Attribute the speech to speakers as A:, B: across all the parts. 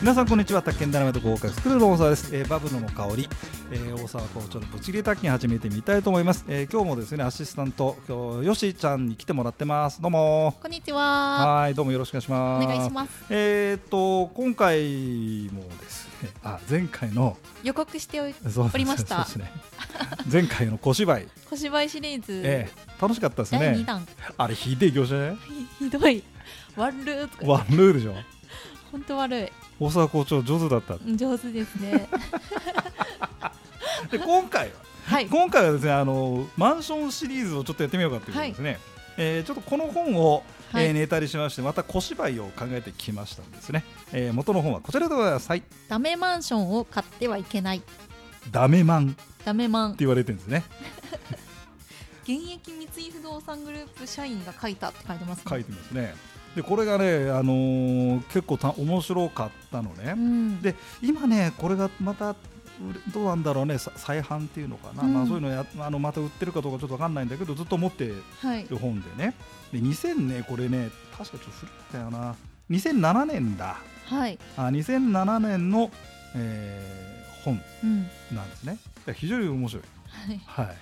A: 皆さんこんにちは宅建ダイナマイト合格スクールの大沢です、えーバブルの香り、えー大沢校長のブチギレ宅建始めてみたいと思います、えー今日もですねアシスタント今日よしちゃんに来てもらってますどうも
B: こんにちは。
A: はいどうもよろしくお願いし
B: お
A: ます
B: 願いします。
A: えーっと今回もですねあ前回の
B: 予告しておい
A: そう
B: おりました
A: そうですね前回の小芝居、
B: 小芝居シリーズ、
A: えー楽しかったです
B: 第二
A: ね
B: 弾、
A: あれひでえ業者じゃない
B: ひひどい悪いとか
A: ワンルールじゃん
B: 本当悪い
A: 大沢校長上手だった
B: うん上手です ね。
A: で今回は
B: はい
A: 今回はですねあのマンションシリーズをちょっとやってみようかということですね、えーちょっとこの本を、
B: は
A: えー
B: い
A: ネタにしましてまた小芝居を考えてきましたんですね、えー元の本はこちらでございますはい
B: ダメマンションを買ってはいけない
A: ダメマンって
B: ダメマン
A: 言われてるんですね
B: 現役三井不動産グループ社員が書いたって書いてます、ね。
A: 書いてますねでこれがね、あのー結構た面白かったのね、
B: うん
A: で今ねこれがまた売れどうなんだろうねさ再販っていうのかな、
B: うん
A: まあ、そういうのやあのまた売ってるかどうかちょっと分かんないんだけどずっと持って
B: はい
A: る本でねで2000ねこれね確かちょっと古かったよな2007年だ
B: はい
A: あ2007年の、えー本
B: うん
A: なんですねいや非常に面白い
B: はい
A: はい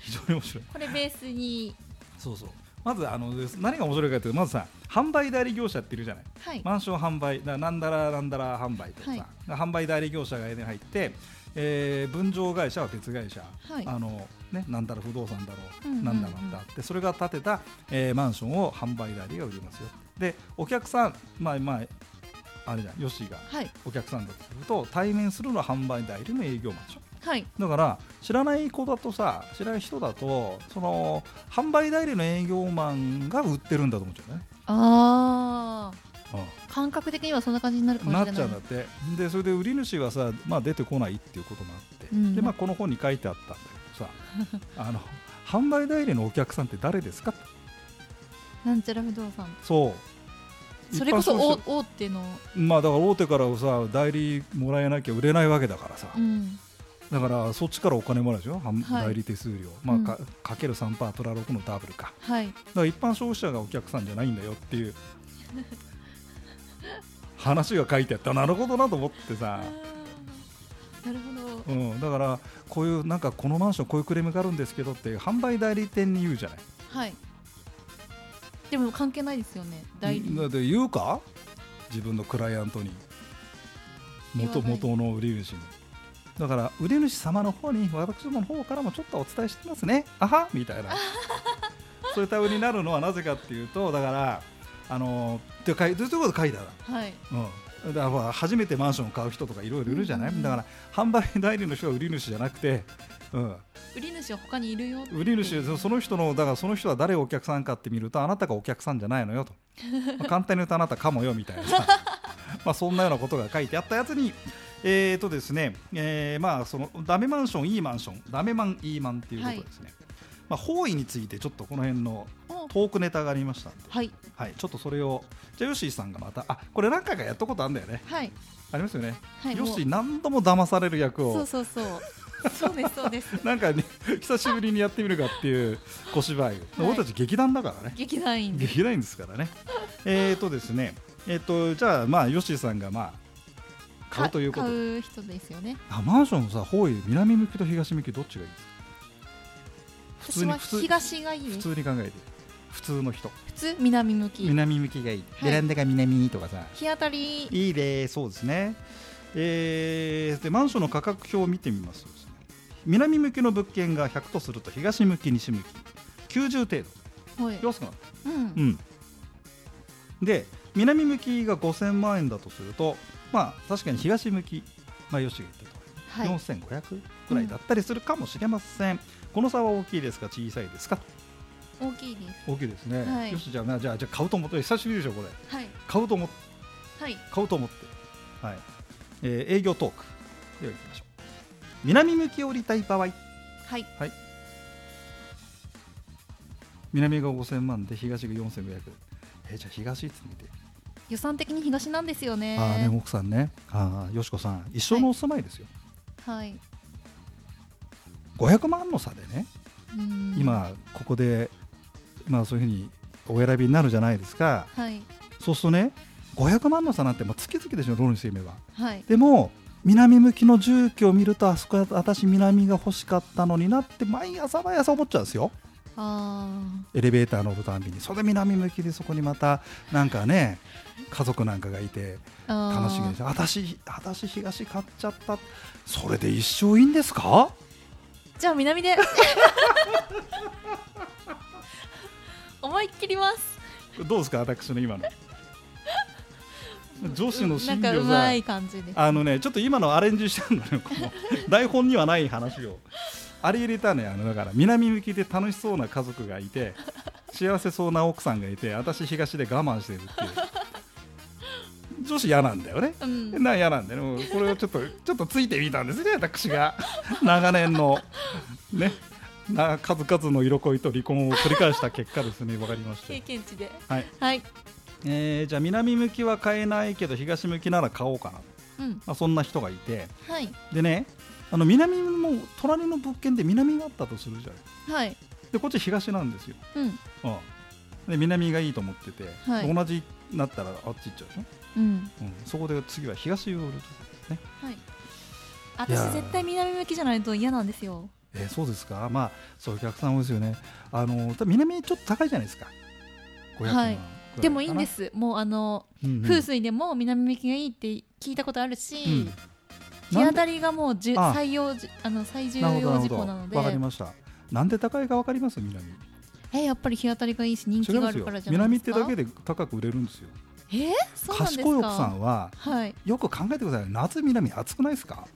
A: 非常に面白い
B: これベースに
A: そうそうまずあの何が面白いかというとまずさ販売代理業者っているじゃない
B: はい
A: マンション販売だなんだらなんだら販売とかさ、販売代理業者が間に入って、えー分譲会社は別会社、
B: はい
A: あのね、なんだら不動産だろう,、
B: うんうんうん
A: なんだらってあってそれが建てた、えーマンションを販売代理が売りますよでお客さんまあまああれじゃんよしが
B: はい
A: お客さんだとすると対面するのは販売代理の営業マンション
B: はい
A: だから知らない子だとさ知らない人だとその販売代理の営業マンが売ってるんだと思っちゃうね、
B: あ
A: うん
B: あ感覚的にはそんな感じになるかもし
A: な
B: れ
A: っ
B: ない。
A: ちゃうんだってでそれで売り主はさ、まあ、出てこないっていうこともあって、
B: うん
A: でまあ、この本に書いてあったんだけど さあの販売代理のお客さんって誰ですか
B: なんちゃら不動産
A: そう
B: それこそ
A: 一般消
B: 大
A: 費者
B: 大手の
A: まあだから大手からさ代理もらえなきゃ売れないわけだからさ、
B: うん
A: だからそっちからお金もらうでしょ、販
B: はい
A: 代理手数料、まあ
B: うん
A: かかける3パープラ6のダブルか
B: はい
A: だから一般消費者がお客さんじゃないんだよって いう話が書いてあったなるほどなと思ってさ
B: あーなるほど
A: うん、だからこういうなんかこのマンションこういうクレームがあるんですけどって販売代理店に言うじゃない
B: はいでも関係ないですよね代理
A: だって言うか自分のクライアントに元
B: 言わない
A: 元の売り主にだから売り主様の方に私どもの方からもちょっとお伝えしてますねあはみ たいなそういう対応になるのはなぜかっていうとだからあのって書いてこと書いてある
B: はい
A: うん、だからほら初めてマンションを買う人とかいろいろいるじゃない、
B: うんうんうん
A: だから販売代理の人が売り主じゃなくて、うん、
B: 売り主は他にいるよって
A: 売り主そその人のだからその人は誰をお客さんかって見るとあなたがお客さんじゃないのよ と、まあ簡単に言うとあなたかもよみたいな さまあそんなようなことが書いてあったやつに えーとですね、えーまあそのダメマンションいいマンションダメマンいいマンっていうことですね、まあ方位についてちょっとこの辺の
B: お
A: トークネタがありましたんで、
B: はい
A: はい、ちょっとそれをじゃあヨッシーさんがまたあこれ何回かやったことあるんだよね
B: はい
A: ありますよね、
B: はい
A: ヨッシー
B: も
A: 何度も騙される役
B: うそ
A: を
B: うそうそうそうですそうです
A: なんかね、久しぶりにやってみるかっていう小芝居、俺たち劇団だからね、
B: 劇団員で
A: 劇団員ですからね。えーとですね、えっ、と、じゃあ、まあ、ヨッシーさんが、まあ、買うということ
B: か
A: で。
B: 買う人ですよね
A: あ、マンションさ、方位、南向きと東向き、どっちがいいですか。普
B: 私
A: 通に、
B: は
A: 普通、
B: 東がいい
A: 普
B: 普
A: 通に考えて、普通の人。
B: 通南向き
A: 南向きがいい、
B: い
A: ベランダが南とかさ。
B: 日当たり
A: いいで、そうですね。えーでマンションの価格表を見てみますとですね南向きの物件が100とすると東向き西向き90程
B: はい
A: 度安くなった、
B: う
A: う
B: ん
A: ん、で南向きが5000万円だとするとまあ確かに東向きまあ吉が言ったと
B: はい
A: 4500くらいだったりするかもしれません、この差は大きいですか小さいですか
B: 大きいです
A: 大きいですね、
B: はい
A: よしじゃあなじゃあじゃあ買うと思って久しぶりでしょこれ
B: はい
A: 買うと思って
B: はい
A: 買おうと思って、はいえー営業トークでは行きましょう南向きを売りたい場合
B: はい
A: 南が5000万で東が4500えーじゃあ東っつってみて、
B: 予算的に東なんですよね
A: ああね奥さんねああよしこさん一緒のお住まいですよ、
B: はい
A: 500万の差でね
B: うん
A: 今ここでまあそういうふうにお選びになるじゃないですか
B: はい
A: そうするとね500万の差なんてまあ月々でしょローンしてみれば
B: はい
A: でも南向きの住居を見るとあそこ私南が欲しかったのになって毎朝毎朝思っちゃうんですよ
B: あ
A: エレベーター乗るたんびにそれで南向きでそこにまたなんかね家族なんかがいて
B: ーあー
A: 楽しみにして私私東買っちゃったそれで一生いいんですか
B: じゃあ南で 思いっきります
A: どうですか私の 今の女子の
B: なん
A: 心理
B: かう
A: を
B: ま
A: さ
B: い感じです
A: あのねちょっと今のアレンジしたんだねこの 台本にはない話をあれ入れたねあのだから南向きで楽しそうな家族がいて幸せそうな奥さんがいて私東で我慢してるっていう女子嫌なんだよね
B: うん
A: な嫌なんでねもうこれをちょっとちょっとついてみたんですね私が長年のねな数々の色恋と離婚を繰り返した結果ですねわかりました
B: 経験値で
A: はい、
B: はい
A: えーじゃあ南向きは買えないけど東向きなら買おうかな、
B: うん
A: まあ、そんな人がいて
B: はい
A: でねあの南の隣の物件で南があったとするじゃない
B: はい
A: でこっち東なんですよ、
B: うん
A: うん、で南がいいと思ってて、
B: はい
A: 同じになったらあっち行っちゃうでしょ、
B: うん
A: うん、そこで次は東を売るね
B: はい
A: いやー
B: 私絶対南向きじゃないと嫌なんですよ
A: えーそうですか、まあ、そういうお客さん多いですよね、あの多分南、ちょっと高いじゃないですか、500万
B: はい
A: ぐらかな
B: でもいいんで、すもうあの
A: うんうん
B: 風水でも南向きがいいって聞いたことあるし、
A: うん
B: 日当たりがもうじゅ
A: あ
B: 最要じあの最重
A: なるほど
B: 要
A: なる
B: 事
A: ほ
B: 項
A: ど
B: なので
A: わかりました、なんで高いかわかります、南、
B: えやっぱり日当たりがいいし人気
A: 違い
B: が
A: ま
B: あ
A: す
B: る
A: よ
B: から、じゃない
A: 南
B: で
A: っ
B: す
A: て
B: か
A: だけで高く売れるんですよ、
B: えー、そうなんですか
A: 賢い奥さんは、
B: はい
A: よく考えてください、夏、南、暑くないですか、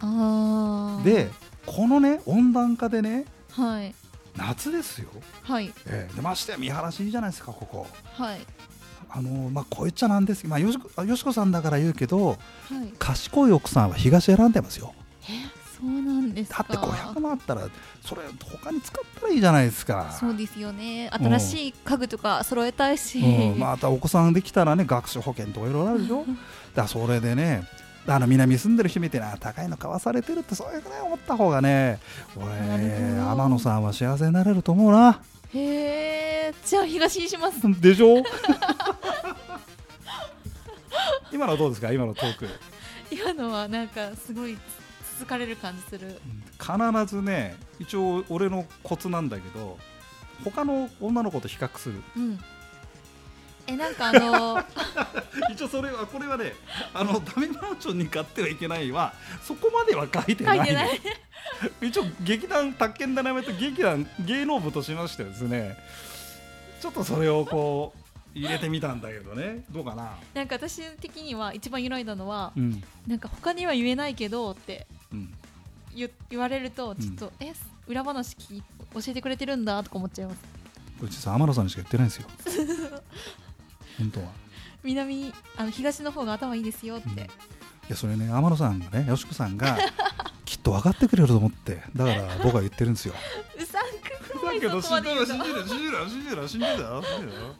B: あー
A: で、このね、温暖化でね、
B: はい
A: 夏ですよ、
B: はい
A: えーでましてや見晴らしいいじゃないですか、ここ。
B: はい
A: あのまあ、こう言っちゃなんですけど、まあ、よしこあよしこさんだから言うけど
B: はい
A: 賢い奥さんは東選んでますよ
B: えそうなんです
A: だ
B: か
A: って500万あったらそれ他に使ったらいいじゃないですか
B: そうですよね新しい家具とか揃えたいし、
A: うん、またお子さんできたらね学習保険とかいろいろあるでしょだからそれでねあの南住んでる人見てな高いの買わされてるってそういうふうに思った方がね俺
B: なるほど
A: 天野さんは幸せになれると思うな
B: へえじゃあ東にします
A: でし ょ今のどうですか今のトーク
B: 今のはなんかすごいつつかれる感じする
A: 必ずね一応俺のコツなんだけど他の女の子と比較する
B: うんえなんかあの
A: 一応それはこれはねあのダメマンションに買ってはいけないはそこまでは書 いて
B: 書
A: ない
B: いてない
A: 一応劇団宅建ダイナマイト劇団芸能部としましてはですねちょっとそれをこう入れてみたんだけどねどうかな
B: なんか私的には一番揺らいだのは、
A: うん
B: なんか他には言えないけどって
A: うん
B: 言言われるとちょっと、え裏話聞い教えてくれてるんだとか思っちゃいます
A: うちさ天野さんにしか言ってないんですよ 本当は
B: 南あの東の方が頭いいですよって、
A: うんいやそれね天野さんがねよしこさん がきっと分かってくれると思ってだから僕は言ってるん ですよ
B: うさんくさい
A: けど
B: そこま
A: 信
B: で
A: じ
B: 言
A: る
B: うと
A: 信じる信じる信じる信じるよ信じるよ、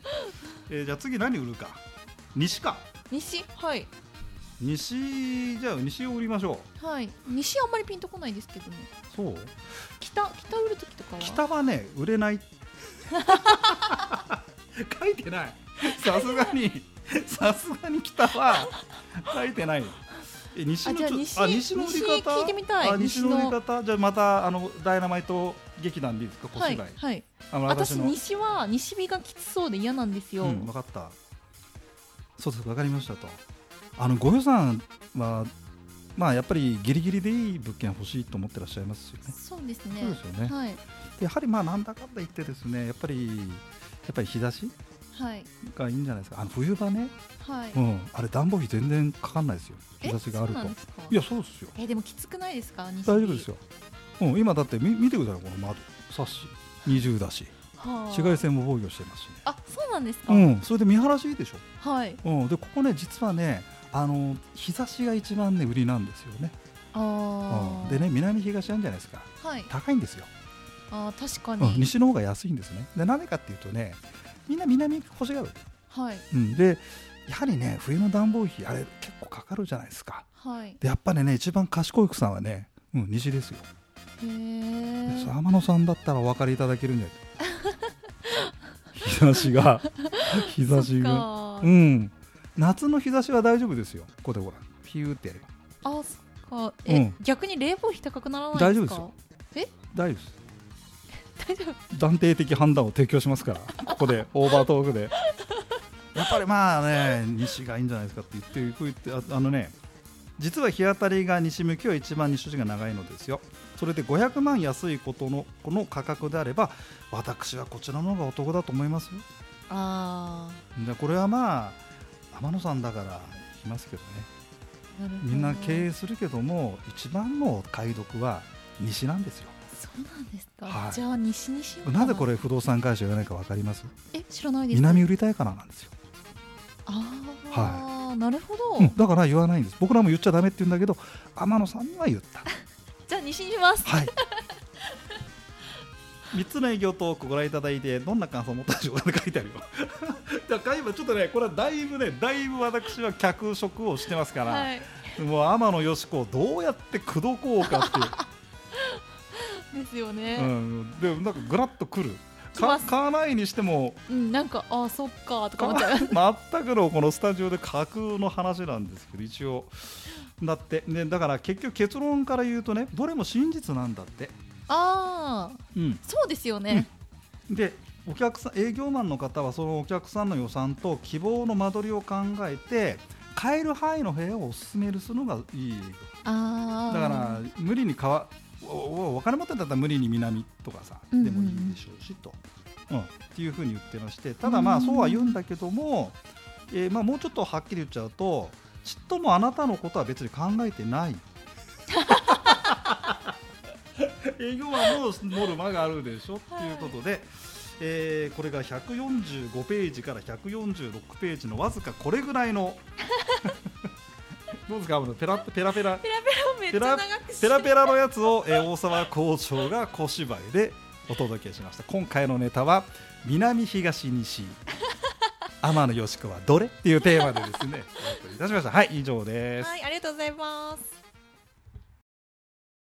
A: えーじゃあ次何売るか西か
B: 西はい
A: 西じゃあ西を売りましょう
B: はい西あんまりピンとこないですけどね
A: そう
B: 北北売るときとかは
A: 北はね売れない書いてないさすがにさすがに北は書いてないえ西のちょ
B: あじゃあ西
A: あ西の売り
B: 西
A: 方
B: 聞いてみたい
A: あ西の
B: 西の
A: 売り方じゃあまたあのダイナマイト劇団でいいですか小
B: はい
A: 芝居、
B: はい
A: あの
B: 私
A: の
B: 西は西日がきつそうで嫌なんですよ、
A: うん、分かったそうです分かりましたとあのご予算はまあやっぱりギリギリでいい物件欲しいと思ってらっしゃいますよね
B: そうですね
A: そうですよね
B: はい
A: でやはりまあなんだかんだ言ってですねやっぱりやっぱり日差し
B: はい
A: がいいんじゃないですかあの冬場ね、
B: はい、
A: うん、あれ暖房費全然かかんないですよ日
B: え
A: 差しがある
B: そう
A: と
B: なんですか
A: いやそうですよ
B: えでもきつくないですか西日
A: 大丈夫ですよ、うん、今だってみ見てくださいこの窓サッシ20だし
B: はあ
A: 紫外線も防御してますしね
B: あそうなんですか、
A: うんそれで見晴らしいいでしょ
B: はい
A: うん、でここね実はねあの日差しが一番ね売りなんですよね、
B: あ
A: うん
B: あ
A: でね南東なんじゃないですか
B: はい
A: 高いんですよ、
B: あー確か
A: う
B: に、
A: ん、西の方が安いんですねでなんでかっていうとねみんな南欲しがる、
B: はい
A: うん、でやはりね冬の暖房費あれ結構かかるじゃないですか
B: はいへ
A: でやっぱりね一番賢い奥さんはね、うん、西ですよ、
B: え
A: それ天野さんだったらお分かりいただけるんじゃない 日差しが日差しが
B: そっか
A: うん夏の日差しは大丈夫ですよここでほらピューってやれば
B: あそっかえ、
A: うん
B: 逆に冷房費高くならないんですか
A: 大丈夫です
B: 大丈夫
A: 断定的判断を提供しますからここでオーバートークでやっぱりまあね西がいいんじゃないですかって言ってこう言ってああのね実は日当たりが西向きは一番日照時が長いのですよそれで500万安いことのこの価格であれば私はこちらの方がお得だと思いますよ
B: あ
A: でこれはまあ天野さんだから言いますけどね
B: ーなるほど
A: みんな経営するけども一番のお買い得は西なんですよ
B: そうなんですか、
A: はい
B: じゃあ西にしようか
A: なぜこれ不動産会社がないか分かります
B: え知らないです
A: 南売りたいからなんですよ
B: ああ、なるほど、
A: うん、だから言わないんです僕らも言っちゃダメって言うんだけど天野さんには言った
B: じゃあ西にします
A: はい3つの営業トークご覧いただいてどんな感想を持ったでしょうかって書いてあるよ だから今ちょっとねこれはだいぶねだいぶ私は脚色をしてますから、
B: はい
A: もう天野よし子をどうやって口説こうかっていう
B: ですよ
A: う
B: ね、
A: ん、でなんかぐらっとくる
B: 来
A: か
B: ます
A: 買わないにしても
B: うんなんかあーそっかとか
A: か
B: 思っち ゃう
A: 全くのこのスタジオで架空の話なんですけど一応だってねだから結局結論から言うとねどれも真実なんだって、
B: ああ
A: うん、
B: そうですよね、
A: でお客さん営業マンの方はそのお客さんの予算と希望の間取りを考えて買える範囲の部屋をおすすめするのがいい
B: あ
A: だか
B: あ
A: ら無理に買わおおお金持ってんだったら無理に南とかさ
B: うんうん
A: でもいいでしょうしと、うんっていうふうに言ってましてただまあそうは言うんだけども、えーまあ、もうちょっとはっきり言っちゃうとちっともあなたのことは別に考えてない 営業はもうノルマがあるでしょっていうことで、えーこれが145ページから146ページのわずかこれぐらい のどうですかあのペラペラペラ
B: めっちゃ長くして
A: ペラペラのやつを、えー大沢校長が小芝居でお届けしました今回のネタは南東西天野よし子はどれっていうテーマでですねお送りいたしましたはい以上です
B: はいありがとうございます